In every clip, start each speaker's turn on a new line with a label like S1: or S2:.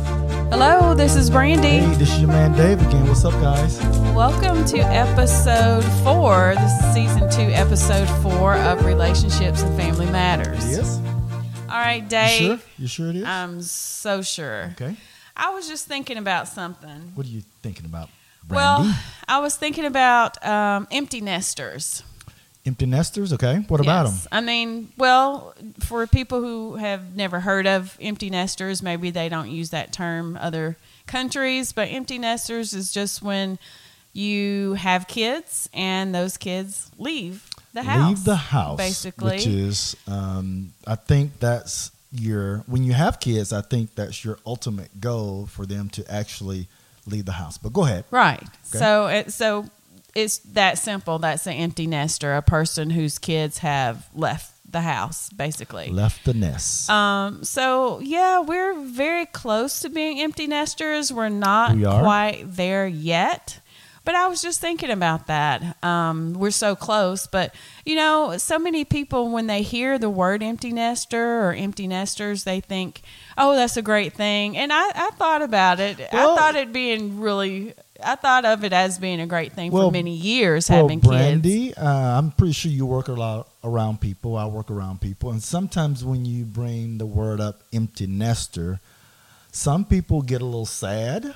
S1: Hello, this is Brandy.
S2: Hey, this is your man Dave again. What's up, guys?
S1: Welcome to episode four. This is season two, episode four of Relationships and Family Matters.
S2: Yes.
S1: All right,
S2: You
S1: Dave.
S2: sure? You sure it is?
S1: I'm so sure.
S2: okay.
S1: I was just thinking about something.
S2: What are you thinking about, Brandy?
S1: Well, I was thinking about um, empty nesters.
S2: Empty nesters. Okay. What about them?
S1: Yes. I mean, well, for people who have never heard of empty nesters, maybe they don't use that term other countries, but empty nesters is just when you have kids and those kids leave the house.
S2: Leave the house.
S1: basically.
S2: Which is, um, I think that's your when you have kids. I think that's your ultimate goal for them to actually leave the house. But go ahead.
S1: Right.
S2: Okay.
S1: So it, so it's that simple. That's an empty nester, a person whose kids have left the house basically.
S2: Left the nest.
S1: Um, so yeah, we're very close to being empty nesters. We're not
S2: We are.
S1: quite there yet. But I was just thinking about that. Um, we're so close, but you know, so many people when they hear the word empty nester or empty nesters, they think, "Oh, that's a great thing." And I, I thought about it.
S2: Well-
S1: I thought it being really. I thought of it as being a great thing
S2: Well,
S1: for many years,
S2: well,
S1: having kids.
S2: Brandy, uh, I'm pretty sure you work a lot around people. I work around people, and sometimes when you bring the word up, empty nester, some people get a little sad.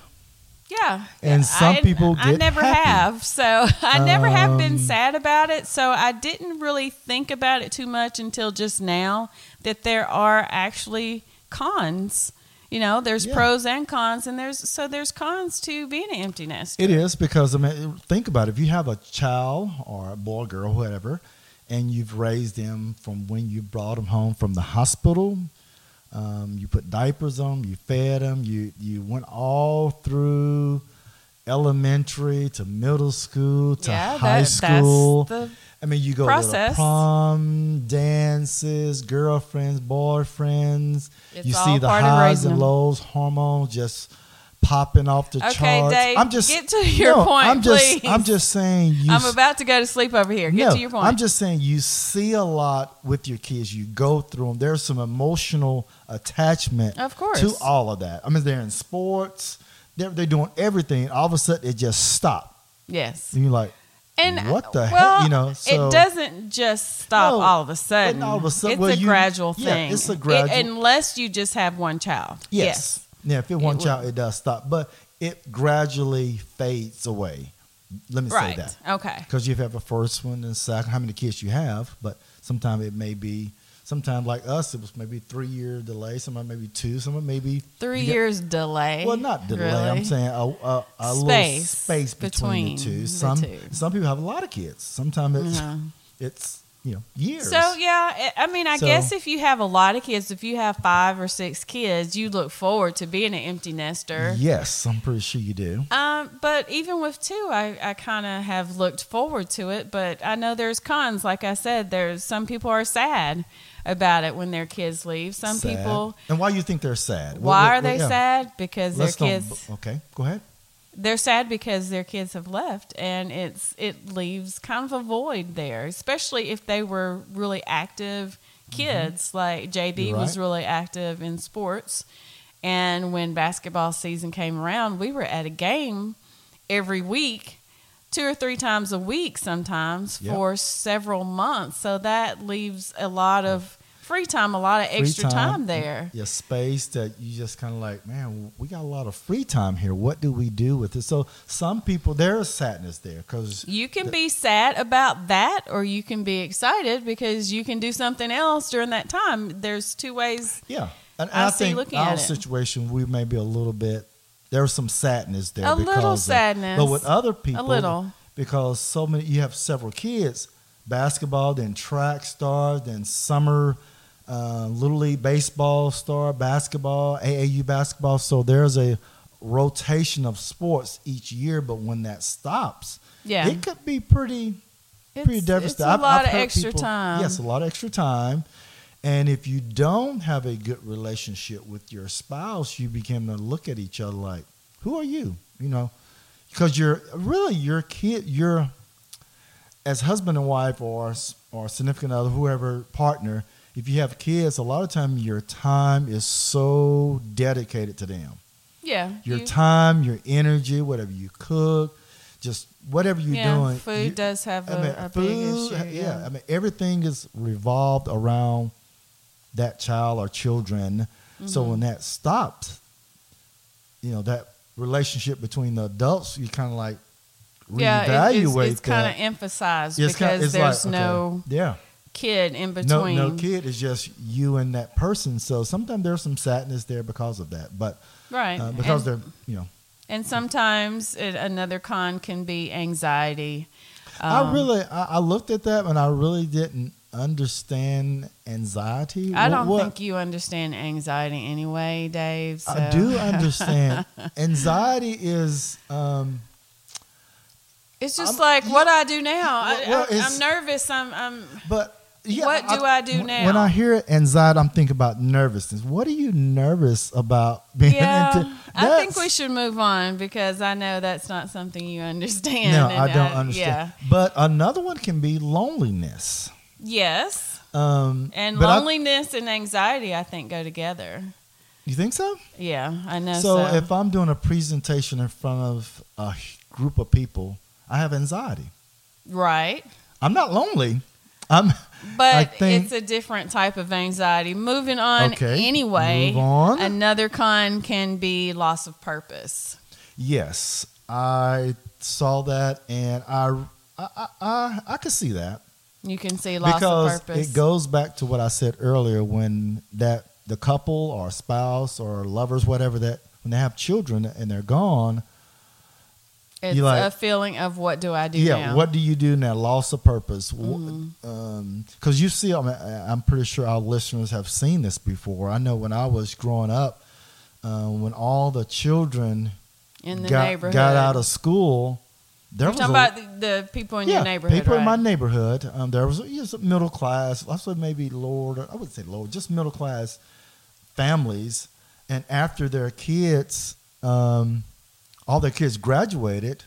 S1: Yeah.
S2: And
S1: Yeah,
S2: some
S1: I,
S2: people
S1: I
S2: get
S1: never
S2: happy.
S1: have. So I never have been
S2: Um,
S1: sad about it. So I didn't really think about it too much until just now that there are actually cons. You know, there's
S2: Yeah.
S1: pros and cons and there's so there's cons to being an empty nester.
S2: It is because I mean, think about it. If you have a child or a boy, girl, whatever, and you've raised them from when you brought them home from the hospital, um, you put diapers on, 'em, you fed them, you you went all through elementary to middle school to
S1: Yeah,
S2: high
S1: that- that's
S2: school.
S1: the
S2: I mean, you go to
S1: process.
S2: the prom, dances, girlfriends, boyfriends.
S1: It's
S2: you
S1: all
S2: see the
S1: part of
S2: highs
S1: raising
S2: and
S1: 'em.
S2: lows, hormones just popping off the
S1: Okay,
S2: charts.
S1: Dave,
S2: I'm just
S1: get to your
S2: no,
S1: point,
S2: I'm just
S1: please.
S2: I'm just saying you
S1: I'm about to go to sleep over here. Get
S2: no,
S1: to your point.
S2: I'm just saying you see a lot with your kids. You go through them. There's some emotional attachment
S1: Of course.
S2: to all of that. I mean they're in sports. They're, they're doing everything. All of a sudden it just stopped.
S1: yes.
S2: And you're like
S1: And
S2: what the
S1: well,
S2: heck? You know, so-
S1: it doesn't just stop
S2: No,
S1: all of a
S2: and
S1: sudden.
S2: all of a sudden-
S1: it's
S2: well,
S1: a
S2: you-
S1: gradual
S2: yeah,
S1: thing.
S2: it's a
S1: It-
S2: gradual-
S1: unless you just have one child. yes.
S2: Yes. Yeah, if it one
S1: It
S2: child, it does stop, but it gradually fades away. Let me
S1: Right.
S2: say that.
S1: Okay.
S2: Because you have a first one and second, how many kids you have, but sometimes it may be, sometimes like us, it was maybe three year delay, sometimes maybe two, sometimes maybe
S1: Three
S2: you got-
S1: years delay.
S2: Well, not delay. I'm
S1: really.
S2: saying a, a, a little
S1: Space
S2: space between, the
S1: between
S2: two.
S1: the
S2: Some
S1: two.
S2: some people have a lot of kids. Sometimes it's
S1: Yeah.
S2: it's you know years.
S1: So yeah, I I mean, I
S2: So-
S1: guess if you have a lot of kids, if you have five or six kids, you look forward to being an empty nester.
S2: yes, I'm pretty sure you do.
S1: Um, but even with two, I, I kind of have looked forward to it. But I know there's cons. Like I said, there's some people are sad about it when their kids leave. Some
S2: Sad.
S1: people,
S2: And why you think they're sad? What-
S1: why
S2: what-
S1: are they
S2: yeah.
S1: sad? Because
S2: Let's
S1: their
S2: don't-
S1: kids.
S2: Okay, go ahead.
S1: they're sad because their kids have left and it's it leaves kind of a void there especially if they were really active kids like JB
S2: Mm-hmm. You're
S1: was
S2: right.
S1: really active in sports and when basketball season came around we were at a game every week two or three times a week sometimes
S2: Yep.
S1: for several months so that leaves a lot of free time a lot of extra time, there
S2: Your space that you just kind of like, man, we got a lot of free time here. What do we do with it? So some people, there is sadness there because
S1: You can be sad about that, or you can be excited because you can do something else during that time. There's two ways.
S2: yeah, and
S1: I
S2: I,
S1: see
S2: think
S1: looking
S2: our
S1: at it.
S2: situation we may be a little bit. There's some sadness there.
S1: A
S2: because
S1: little
S2: of-
S1: sadness.
S2: but with other people,
S1: little.
S2: because so many you have several kids, basketball, then track star, then summer. Uh, little league baseball star basketball aau basketball so there's a rotation of sports each year but when that stops
S1: Yeah,
S2: it could be pretty pretty
S1: it's,
S2: devastating.
S1: it's a
S2: I've-
S1: lot
S2: I've
S1: of
S2: heard
S1: extra
S2: people-
S1: time.
S2: Yes, a lot of extra time. And if you don't have a good relationship with your spouse, you begin to look at each other like, "Who are you?" You know, because you're really your kid. You're as husband and wife, or s- or significant other, whoever partner. If you have kids, a lot of time your time is so dedicated to them
S1: Yeah.
S2: your
S1: you-
S2: time, your energy, whatever you cook, just whatever you're
S1: yeah,
S2: doing.
S1: Food
S2: you-
S1: does have a,
S2: I mean,
S1: a
S2: food,
S1: big issue.
S2: yeah. I mean, everything is revolved around that child or children. So
S1: Mm-hmm.
S2: when that stops, you know that relationship between the adults, you kind of like reevaluate
S1: Yeah, it- it's, it's
S2: that.
S1: kind of emphasized
S2: It's
S1: because
S2: kinda- it's like,
S1: there's
S2: okay,
S1: no
S2: yeah,
S1: kid in
S2: no,
S1: between.
S2: no kid. It's just you and that person. So sometimes there's some sadness there because of that, but
S1: Right.
S2: uh,
S1: and,
S2: because they're you know
S1: and sometimes it, another con can be anxiety. um,
S2: I really, I, I looked at that and I really didn't understand anxiety.
S1: I
S2: What-
S1: don't
S2: what-
S1: think you understand anxiety anyway, Dave. So.
S2: I do understand. anxiety is, um,
S1: It's just
S2: I'm-
S1: like what I do now. I,
S2: Well,
S1: I,
S2: it's-
S1: I'm nervous. I'm. I'm
S2: but yeah,
S1: What do I do
S2: when-
S1: now?
S2: When I hear anxiety, I'm thinking about nervousness. What are you nervous about being
S1: yeah.
S2: into?
S1: I think we
S2: that's-
S1: should move on because I know that's not something you understand.
S2: No,
S1: and
S2: I don't understand. But another one can be loneliness.
S1: Yeah. Yes.
S2: Um,
S1: And
S2: but I-
S1: loneliness and anxiety, I think, go together.
S2: you think so?
S1: Yeah, I know.
S2: so
S1: So,
S2: if I'm doing a presentation in front of a group of people, I have anxiety.
S1: right.
S2: I'm not lonely. I'm I
S1: But
S2: think-
S1: it's a different type of anxiety. Moving on
S2: Okay,
S1: anyway.
S2: move on.
S1: Another con can be loss of purpose.
S2: yes. I saw that, and I I I, I, I could see that
S1: You can see loss
S2: because
S1: of purpose.
S2: it goes back to what I said earlier when that the couple or spouse or lovers whatever that when they have children and they're gone.
S1: it's
S2: you like-
S1: a feeling of what do I do
S2: yeah,
S1: now?
S2: what do you do now? Loss of purpose. Because
S1: Mm-hmm.
S2: you see, I mean, I- I'm pretty sure our listeners have seen this before. I know when I was growing up, uh, when all the children
S1: in the
S2: got,
S1: neighborhood.
S2: got out of school, there
S1: You're
S2: was
S1: talking
S2: a-
S1: about the, the people in your neighborhood.
S2: People in
S1: right?
S2: my neighborhood. Um, there was a, yes, a middle class. I said maybe lower. I wouldn't say lower, just middle class families. And after their kids, um, all their kids graduated.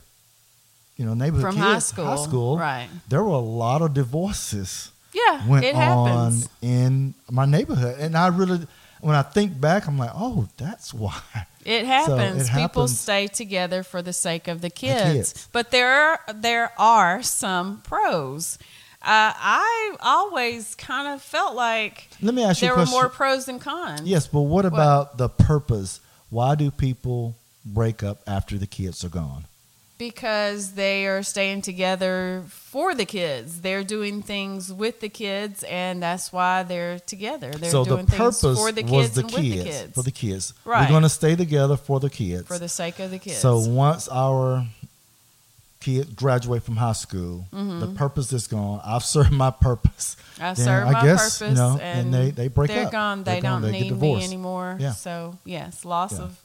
S2: You know, neighborhood
S1: from
S2: kids,
S1: high school.
S2: High school.
S1: Right.
S2: There were a lot of divorces
S1: Yeah.
S2: went
S1: it
S2: on
S1: happens.
S2: in my neighborhood, and I really, when I think back, I'm like, oh, that's why.
S1: It happens.
S2: it
S1: People
S2: happens.
S1: stay together for the sake of the kids.
S2: kids.
S1: But there are, there are some pros. Uh, I always kind of felt like
S2: Let me ask you
S1: there
S2: a
S1: were
S2: question.
S1: more pros and cons.
S2: Yes, but what about the purpose? Why do people break up after the kids are gone?
S1: because they are staying together for the kids. They're doing things with the kids, and that's why they're together. They're
S2: so the
S1: doing
S2: purpose
S1: things for the kids
S2: was the
S1: and
S2: kids,
S1: with the kids
S2: for the kids.
S1: Right.
S2: We're going to stay together for the kids.
S1: for the sake of the kids.
S2: So once our kids graduate from high school, the
S1: Mm-hmm.
S2: purpose is gone. I've served my purpose.
S1: I
S2: Then
S1: serve
S2: I
S1: my
S2: guess,
S1: purpose,
S2: you know,
S1: and,
S2: and they- they break
S1: they're
S2: up.
S1: Gone. They
S2: They're gone.
S1: don't
S2: They get
S1: need me
S2: divorced.
S1: anymore.
S2: Yeah.
S1: So yes, loss
S2: Yeah.
S1: of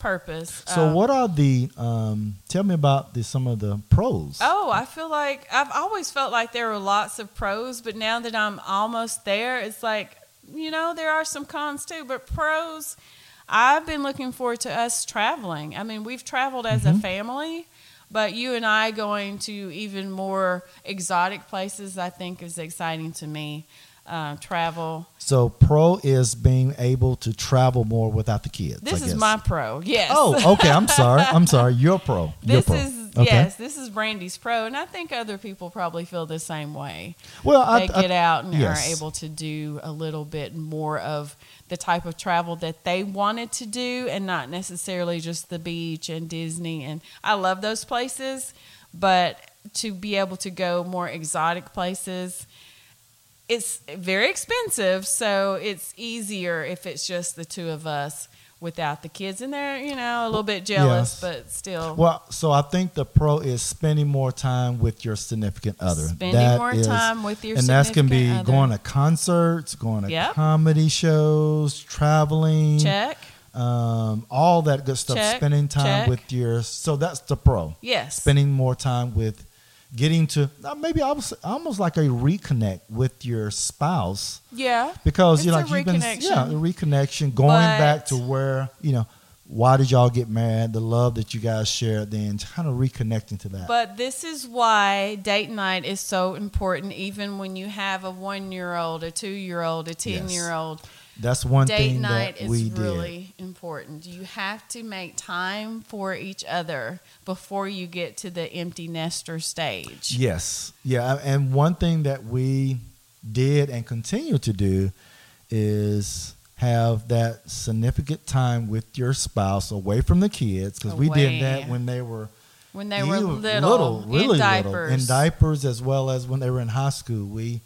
S1: purpose.
S2: So
S1: Um,
S2: what are the? Um, tell me about the, some of the pros.
S1: Oh, I feel like I've always felt like there were lots of pros, but now that I'm almost there, it's like, you know, there are some cons too, but pros, I've been looking forward to us traveling. I mean, we've traveled as
S2: Mm-hmm.
S1: a family, but you and I going to even more exotic places, I think, is exciting to me. Uh, travel.
S2: So pro is being able to travel more without the kids. I
S1: This is
S2: guess.
S1: my pro. Yes.
S2: Oh, okay. I'm sorry. I'm sorry. You're pro. You're
S1: This
S2: pro.
S1: is
S2: okay.
S1: yes, this is Brandy's pro, and I think other people probably feel the same way.
S2: Well, I,
S1: they
S2: I-
S1: get out and
S2: yes.
S1: are able to do a little bit more of the type of travel that they wanted to do and not necessarily just the beach and Disney and I love those places, but to be able to go more exotic places it's very expensive, so it's easier if it's just the two of us without the kids in there, you know, a little bit jealous,
S2: Yes.
S1: but still
S2: Well, so I think the pro is spending more time with your significant other.
S1: spending
S2: That
S1: more
S2: is-
S1: time with your
S2: and that's gonna be
S1: significant other.
S2: going to concerts, going to
S1: Yep.
S2: comedy shows, traveling,
S1: check.
S2: um, all that good stuff.
S1: Check,
S2: spending time
S1: check.
S2: with your so that's the pro.
S1: Yes.
S2: Spending more time with getting to uh, maybe I was almost like a reconnect with your spouse
S1: yeah.
S2: because you know,
S1: It's
S2: like
S1: a
S2: you've been yeah,
S1: reconnection.
S2: the reconnection, going
S1: But-
S2: back to where you know why did y'all get married, the love that you guys shared, then kind of reconnecting to that.
S1: But this is why date night is so important, even when you have a one year old, a two year old, a 10 year old.
S2: That's one
S1: date
S2: thing
S1: night
S2: that
S1: is
S2: we did.
S1: really important. You have to make time for each other before you get to the empty nester stage.
S2: Yes. Yeah. And one thing that we did and continue to do is have that significant time with your spouse away from the kids because we
S1: Away.
S2: did that when they were
S1: When they were
S2: you-
S1: little,
S2: really
S1: in
S2: little,
S1: diapers.
S2: in diapers as well as when they were in high school. We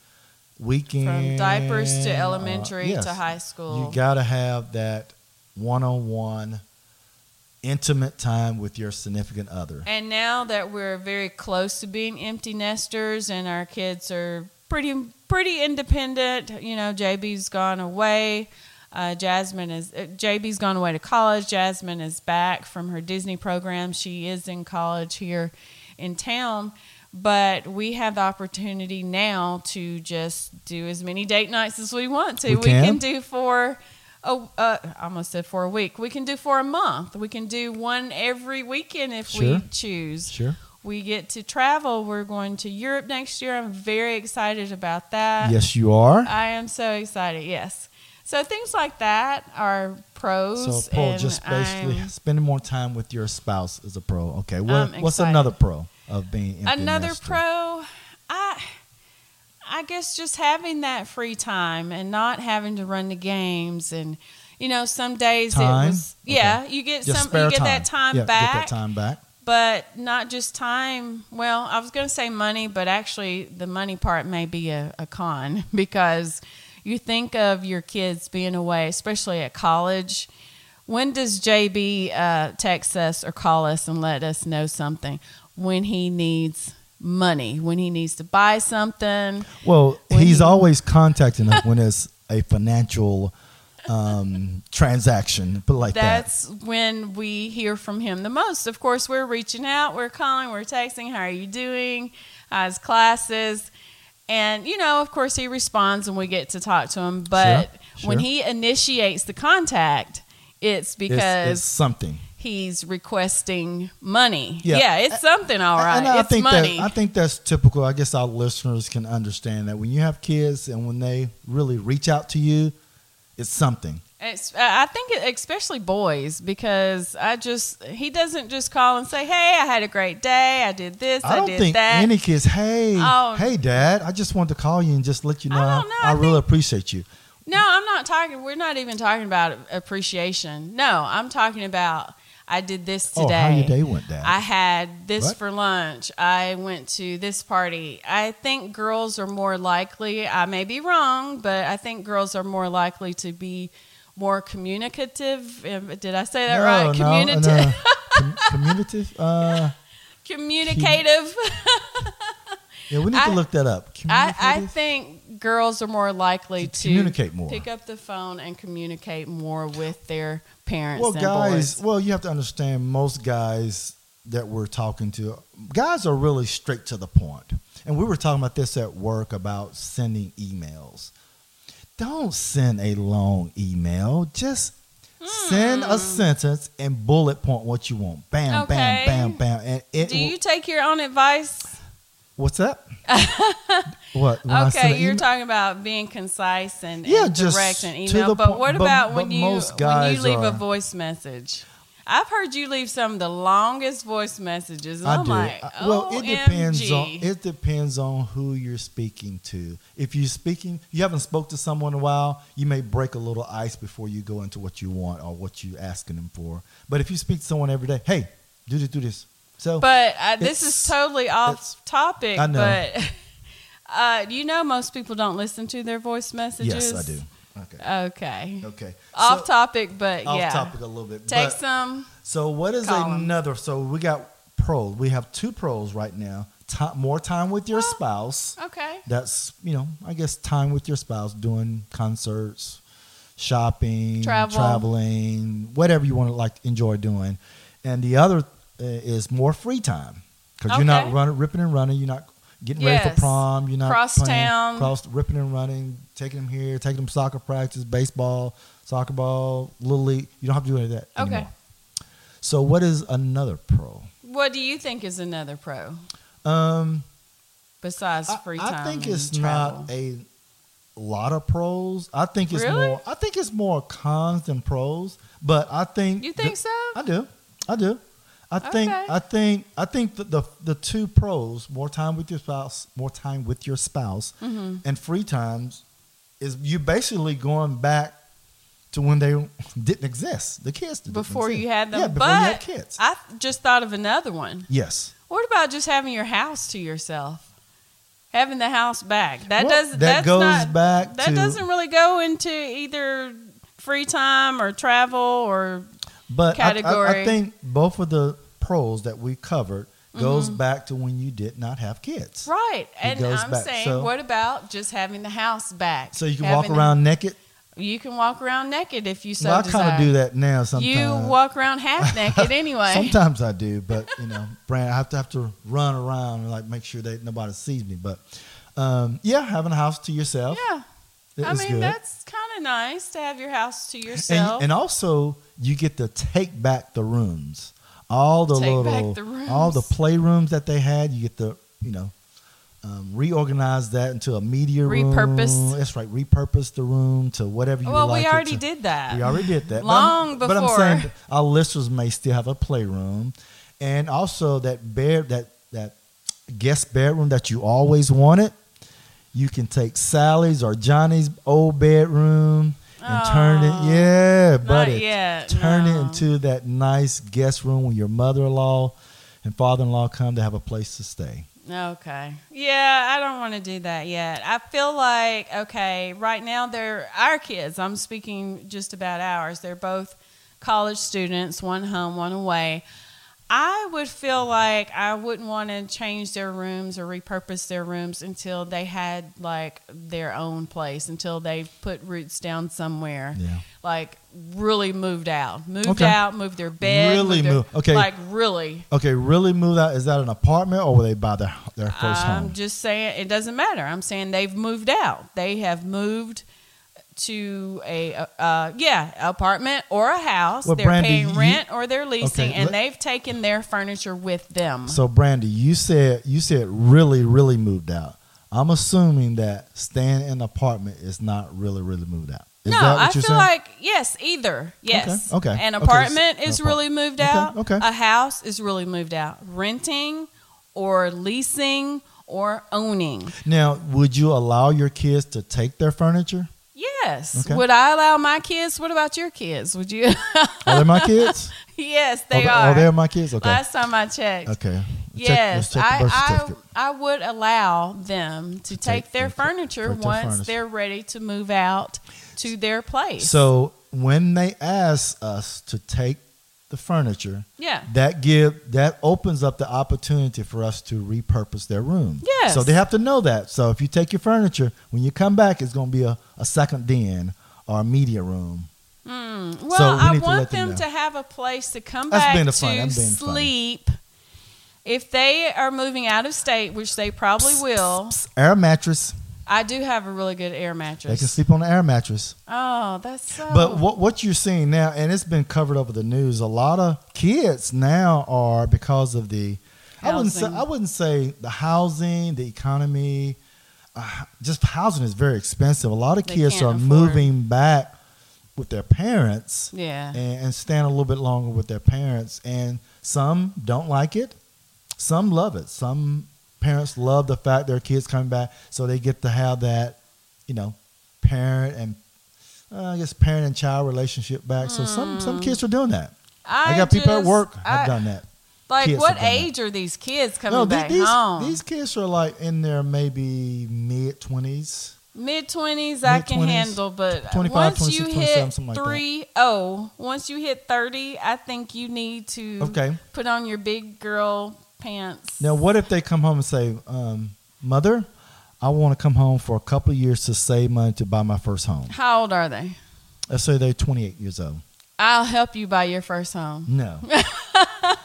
S2: weekend
S1: from diapers to
S2: uh,
S1: elementary
S2: yes.
S1: to high school.
S2: You got to have that one-on-one intimate time with your significant other.
S1: And now that we're very close to being empty nesters and our kids are pretty pretty independent, you know, JB's gone away. Uh, Jasmine is uh, JB's gone away to college. Jasmine is back from her Disney program. She is in college here in town, but we have the opportunity now to just do as many date nights as we want to.
S2: We can.
S1: do for a uh, I almost said for a week. We can do for a month. We can do one every weekend if we
S2: Sure.
S1: choose.
S2: Sure.
S1: We get to travel. We're going to Europe next year. I'm very excited about that.
S2: Yes, you are.
S1: uh, I am so excited. Yes. So things like that are pros.
S2: So pro,
S1: and
S2: just basically
S1: I'm-
S2: spending more time with your spouse is a pro. Okay, what,
S1: I'm
S2: what's
S1: excited.
S2: another pro of being empty
S1: another
S2: nester?
S1: pro. I I guess just having that free time and not having to run the games and you know some days it
S2: Time?
S1: was
S2: Okay.
S1: yeah you get
S2: Just
S1: some
S2: spare
S1: you get that time
S2: Yeah,
S1: back
S2: Get that time back.
S1: but not just time. Well, I was going to say money, but actually, the money part may be a, a con because you think of your kids being away, especially at college. When does JB uh, text us or call us and let us know something? When he needs money, when he needs to buy something.
S2: Well,
S1: When
S2: he's
S1: you-
S2: always contacting us when it's a financial um, transaction, but like that.
S1: That's when we hear from him the most. Of course, we're reaching out, we're calling, we're texting, how are you doing? How's classes? And, you know, of course, he responds and we get to talk to him. But
S2: Sure,
S1: when
S2: sure.
S1: he initiates the contact, it's
S2: It's-
S1: because
S2: it's, something.
S1: he's requesting money. Yeah,
S2: Yeah.
S1: it's something, all right.
S2: And I
S1: it's
S2: think
S1: money.
S2: that I think that's typical. I guess our listeners can understand that when you have kids and when they really reach out to you, it's something.
S1: It's, I I think it, especially boys because I just he doesn't just call and say, "Hey, I had a great day. I did this. I,
S2: I don't
S1: did
S2: think
S1: that."
S2: any kids. Hey,
S1: Oh.
S2: hey, Dad! I just wanted to call you and just let you
S1: I
S2: know I,
S1: don't know.
S2: I
S1: I
S2: really appreciate you.
S1: No, I'm not talking. We're not even talking about appreciation. No, I'm talking about I did this today.
S2: Oh, how your day went, Dad?
S1: I had this
S2: What?
S1: for lunch. I went to this party. I think girls are more likely, I may be wrong, but I think girls are more likely to be more communicative. Um, Did I say that right? Communicative.
S2: Com- communicative. Uh,
S1: Communicative.
S2: yeah, we need to
S1: I-
S2: look that up.
S1: I,
S2: Communicative.
S1: I think girls are more likely
S2: To
S1: to,
S2: communicate more.
S1: pick up the phone and communicate more with their parents.
S2: well,
S1: than
S2: guys.
S1: boys.
S2: Well, you have to understand. Most guys that we're talking to, guys are really straight to the point. And we were talking about this at work about sending emails. Don't send a long email. Just send
S1: Hmm.
S2: a sentence and bullet point what you want. Bam,
S1: Okay.
S2: bam, bam, bam. And it
S1: Do
S2: will-
S1: you take your own advice?
S2: What's that? what? when I send
S1: okay,
S2: an
S1: you're
S2: email?
S1: talking about being concise and,
S2: Yeah,
S1: and
S2: just
S1: direct and
S2: to
S1: email.
S2: the
S1: But
S2: point.
S1: what
S2: But-
S1: about
S2: but
S1: when you
S2: most
S1: when
S2: guys
S1: you leave a
S2: are-
S1: voice message? I've heard you leave some of the longest voice messages. And
S2: I
S1: am
S2: do.
S1: like,
S2: I- well, it depends on
S1: OMG.
S2: it depends on who you're speaking to. If you're speaking, you haven't spoke to someone in a while, you may break a little ice before you go into what you want or what you asking them for. But if you speak to someone every day, hey, do this, do this. So
S1: But uh, this
S2: It's-
S1: is totally off
S2: it's-
S1: topic.
S2: I know.
S1: But uh, you know, most people don't listen to their voice messages.
S2: yes, I do. Okay,
S1: Okay.
S2: okay.
S1: Off
S2: So-
S1: topic, but
S2: off
S1: yeah.
S2: topic a little bit.
S1: Take
S2: but-
S1: some.
S2: So what is
S1: Colin.
S2: another? So we got pros. We have two pros right now. Ti more time with your spouse.
S1: Okay.
S2: That's you know I guess time with your spouse doing concerts, shopping,
S1: Travel.
S2: traveling, whatever you want to like enjoy doing. And the other uh, is more free time because you're not
S1: Okay.
S2: running, ripping and running. You're not getting ready
S1: Yes.
S2: for prom. You're not
S1: Cross
S2: playing,
S1: town.
S2: cross ripping and running, taking them here, taking them soccer practice, baseball, soccer ball, little league. You don't have to do any of that
S1: Okay.
S2: anymore. So what is another pro?
S1: What do you think is another pro
S2: Um,
S1: besides
S2: I,
S1: free
S2: I
S1: time?
S2: think
S1: and
S2: it's
S1: travel?
S2: not a a lot of pros. I think it's
S1: Really?
S2: more. I think it's more cons than pros. But I think
S1: You think
S2: the-
S1: so?
S2: I do. I do. I think.
S1: Okay.
S2: I think. I think the, the the two pros: more time with your spouse, more time with your spouse,
S1: Mm-hmm.
S2: and free times is you basically going back to when they didn't exist. The kids didn't
S1: Before
S2: exist.
S1: you had them,
S2: Yeah, before
S1: but
S2: you had kids.
S1: I just thought of another one.
S2: yes.
S1: What about just having your house to yourself? Having the house back. That
S2: Well,
S1: does
S2: that
S1: that's
S2: goes
S1: not,
S2: back
S1: That
S2: to-
S1: doesn't really go into either free time or travel or
S2: But I- I- I,
S1: category.
S2: think both of the pros that we covered goes back to when you did not have kids.
S1: Mm-hmm. right. And
S2: goes
S1: I'm
S2: back,
S1: saying,
S2: so-
S1: what about just having the house back?
S2: So you can
S1: Having
S2: walk
S1: the-
S2: around naked.
S1: you can walk around naked if you so
S2: well, I
S1: desire.
S2: kind of do that now sometimes.
S1: You walk around half naked anyway.
S2: Sometimes I do, but you know, Brand, I have to have to run around and like make sure that nobody sees me. But um, yeah, having a house to yourself
S1: Yeah.
S2: it
S1: I
S2: is
S1: mean,
S2: good.
S1: that's kind of nice to have your house to yourself.
S2: and, and also you get to take back the rooms, all the
S1: Take back
S2: little,
S1: the
S2: all the
S1: rooms.
S2: playrooms that they had. You get to you know um, reorganize that into a media
S1: Repurpose.
S2: room. That's right, repurpose the room to whatever you
S1: well,
S2: would like.
S1: we
S2: it
S1: already
S2: to-
S1: did that.
S2: We already did that.
S1: Long
S2: but I'm, But
S1: before.
S2: I'm saying our listeners may still have a playroom, and also that bed that that guest bedroom that you always wanted. You can take Sally's or Johnny's old bedroom and turn
S1: Oh,
S2: it, yeah, buddy,
S1: yet,
S2: turn
S1: no.
S2: it into that nice guest room when your mother-in-law and father-in-law come to have a place to stay.
S1: Okay. Yeah, I don't want to do that yet. I feel like okay, right now they're our kids. I'm speaking just about ours. They're both college students, one home, one away. I would feel like I wouldn't want to change their rooms or repurpose their rooms until they had like their own place, until they put roots down somewhere.
S2: Yeah.
S1: Like really moved out, moved
S2: Okay.
S1: out, moved their bed,
S2: Really
S1: moved their-
S2: move- okay.
S1: like really.
S2: Okay, really move out. Is that an apartment or will they buy their their 1st
S1: I'm
S2: home?
S1: just saying it doesn't matter. I'm saying they've moved out. They have moved to a uh, uh, yeah apartment or a house.
S2: Well,
S1: they're
S2: Brandy,
S1: paying
S2: you-
S1: rent or they're leasing,
S2: Okay,
S1: and
S2: let-
S1: they've taken their furniture with them.
S2: So, Brandy, you said you said really, really moved out. I'm assuming that staying in an apartment is not really, really moved out. Is
S1: no,
S2: that what
S1: I
S2: you're
S1: feel
S2: saying?
S1: like yes, either yes.
S2: okay,
S1: An
S2: okay,
S1: apartment
S2: so-
S1: is
S2: an apart-
S1: really moved
S2: okay,
S1: out.
S2: okay.
S1: A house is really moved out. Renting or leasing or owning.
S2: now, would you allow your kids to take their furniture?
S1: Yes.
S2: Okay.
S1: Would I allow my kids? What about your kids? Would you?
S2: Are they my kids?
S1: yes, they
S2: are.
S1: are.
S2: they my kids? Okay.
S1: Last time I checked.
S2: okay. Check-
S1: Yes,
S2: let's check the birth
S1: I,
S2: certificate.
S1: I I would allow them to take,
S2: take
S1: their
S2: their-
S1: furniture
S2: take their
S1: once
S2: furniture.
S1: they're ready to move out to their place.
S2: So when they ask us to take the furniture,
S1: yeah,
S2: that give that opens up the opportunity for us to repurpose their room.
S1: Yes.
S2: So they have to know that. So if you take your furniture, when you come back, it's going to be a, a second den or a media room.
S1: Hmm. well,
S2: we
S1: I
S2: need to
S1: want
S2: let them
S1: them
S2: know.
S1: to have a place to come
S2: That's
S1: back
S2: been
S1: to
S2: a fun- that's been funny.
S1: sleep. If they are moving out of state, which they probably will,
S2: Air mattress.
S1: I do have a really good air
S2: They can
S1: mattress.
S2: sleep on the air mattress.
S1: Oh, that's so.
S2: But what what you're seeing now, and it's been covered over the news, a lot of kids now are because of the I wouldn't say
S1: Housing.
S2: I wouldn't say the housing, the economy, uh, just housing is very expensive. A lot of
S1: They
S2: kids
S1: can't
S2: are
S1: afford-
S2: moving back with their parents.
S1: yeah,
S2: and, and stand a little bit longer with their parents. And some don't like it, some love it. Some parents love the fact their kids come back, so they get to have that, you know, parent and uh, I guess parent and child relationship back. So some some kids are doing that. I, got people at
S1: Hmm. just-
S2: work have
S1: I-
S2: done that.
S1: Like,
S2: kids
S1: what
S2: have done that.
S1: age are these kids coming
S2: No, the-
S1: back
S2: these
S1: home?
S2: these kids are like in their maybe mid twenties.
S1: Mid twenties I can
S2: Mid-twenties.
S1: handle, but
S2: 25,
S1: once
S2: 26,
S1: you
S2: 27,
S1: hit
S2: something like that.
S1: three oh, once you hit thirty, I think you need to
S2: Okay.
S1: put on your big girl pants.
S2: Now, what if they come home and say, um, "Mother, I want to come home for a couple of years to save money to buy my first home."
S1: How old are they?
S2: Let's say they're 28 years old.
S1: I'll help you buy your first home.
S2: No.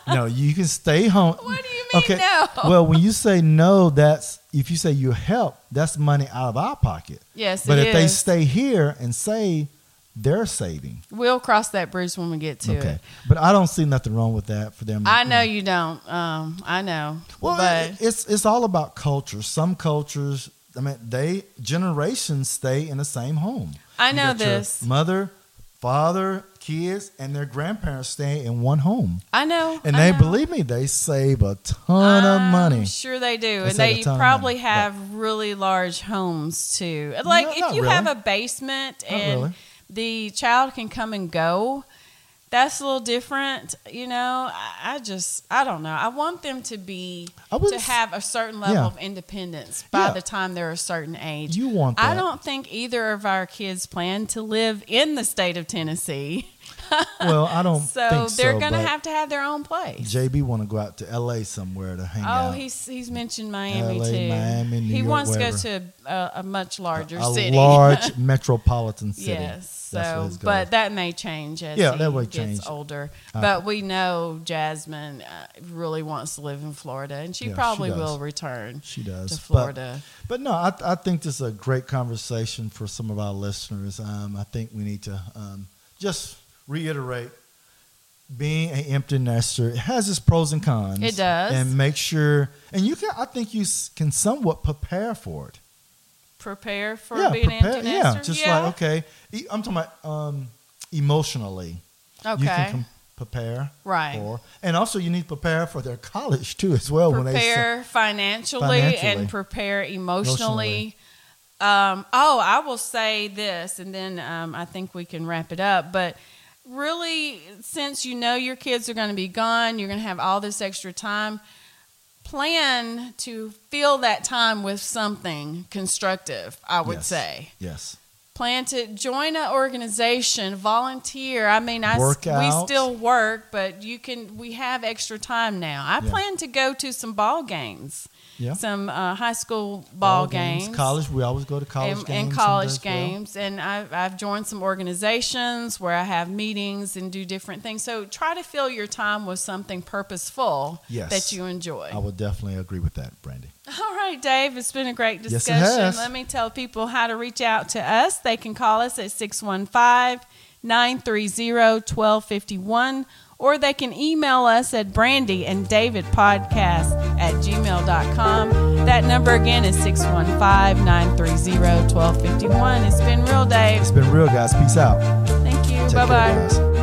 S2: no, you can stay home.
S1: What do you mean no?
S2: Well, when you say no, that's if you say you help, that's money out of our pocket.
S1: Yes,
S2: but
S1: it
S2: if they
S1: is.
S2: stay here and say they're saving.
S1: we'll cross that bridge when we get to
S2: okay.
S1: it.
S2: But I don't see nothing wrong with that for them.
S1: I know you don't. Um, I know.
S2: Well,
S1: but
S2: it- it's it's all about culture. Some cultures I mean, they generations stay in the same home.
S1: I
S2: You
S1: know
S2: got your
S1: this.
S2: mother, father, kids, and their grandparents stay in one home,
S1: I know.
S2: and
S1: I
S2: they
S1: know. Um,
S2: believe me, they save a ton of
S1: I'm
S2: money.
S1: sure they do,
S2: They
S1: and
S2: save a
S1: they
S2: ton of
S1: probably
S2: money, but-
S1: have really large homes too. Uh, Like
S2: No,
S1: if
S2: not
S1: you
S2: really.
S1: have a basement
S2: Not
S1: and
S2: really.
S1: the child can come and go, that's a little different. You know, I, I just I don't know. I want them to be
S2: I would
S1: to
S2: s-
S1: have a certain level
S2: Yeah.
S1: of independence by
S2: Yeah.
S1: the time they're a certain age.
S2: You want
S1: I
S2: that.
S1: don't think either of our kids plan to live in the state of Tennessee,
S2: Well, I don't
S1: so
S2: think
S1: they're
S2: so,
S1: going to
S2: but
S1: have to have their own place.
S2: JB want to go out to L.A. somewhere to hang
S1: Oh,
S2: out.
S1: he's he's mentioned Miami
S2: LA,
S1: too.
S2: Miami, New
S1: he
S2: York,
S1: wants
S2: wherever.
S1: to go to a, a much larger
S2: a
S1: city.
S2: large metropolitan city.
S1: yes.
S2: That's where
S1: So,
S2: he's going.
S1: but that may change as
S2: Yeah,
S1: he
S2: that would
S1: gets
S2: change.
S1: older.
S2: Uh,
S1: but we know Jasmine uh, really wants to live in Florida, and she
S2: Yeah, she
S1: probably
S2: does.
S1: will return
S2: she does.
S1: to
S2: But-
S1: Florida.
S2: But no, I, I think this is a great conversation for some of our listeners. Um, I think we need to um, just reiterate being an empty nester it has its pros and cons.
S1: It does.
S2: And make sure, and you can, I think you s- can somewhat prepare for it.
S1: prepare for being an empty
S2: Yeah,
S1: nester.
S2: just
S1: yeah.
S2: like, okay, e- I'm talking about um, emotionally.
S1: okay.
S2: You can com- prepare
S1: Right.
S2: for. And also, you need to prepare for their college too, as well. When they
S1: prepare financially,
S2: Financially.
S1: and prepare emotionally.
S2: Emotionally.
S1: Um, oh, I will say this, and then um, I think we can wrap it up. But really, since you know your kids are going to be gone, you're going to have all this extra time. Plan to fill that time with something constructive. I would
S2: Yes.
S1: say
S2: Yes.
S1: plan to join an organization volunteer i mean i
S2: Work
S1: we
S2: out.
S1: still work but you can we have extra time now i
S2: Yeah.
S1: plan to go to some ball games
S2: Yeah.
S1: some uh, high school ball, games,
S2: College. We always go to college
S1: and,
S2: games.
S1: and college
S2: sometimes,
S1: games
S2: well.
S1: and I've, I've joined some organizations where i have meetings and do different things so try to fill your time with something purposeful
S2: Yes.
S1: that you enjoy
S2: I would definitely agree with that, Brandy.
S1: all right, Dave, it's been a great
S2: Yes, it
S1: discussion.
S2: has.
S1: Let me tell people how to reach out to us. They can call us at 615 930 1251 or they can email us at brandy and david podcast at gmail.com. That number again is 615 930 1251. It's been real, Dave.
S2: It's been real, guys. Peace out.
S1: Thank you. Bye
S2: Take care,
S1: bye.
S2: guys.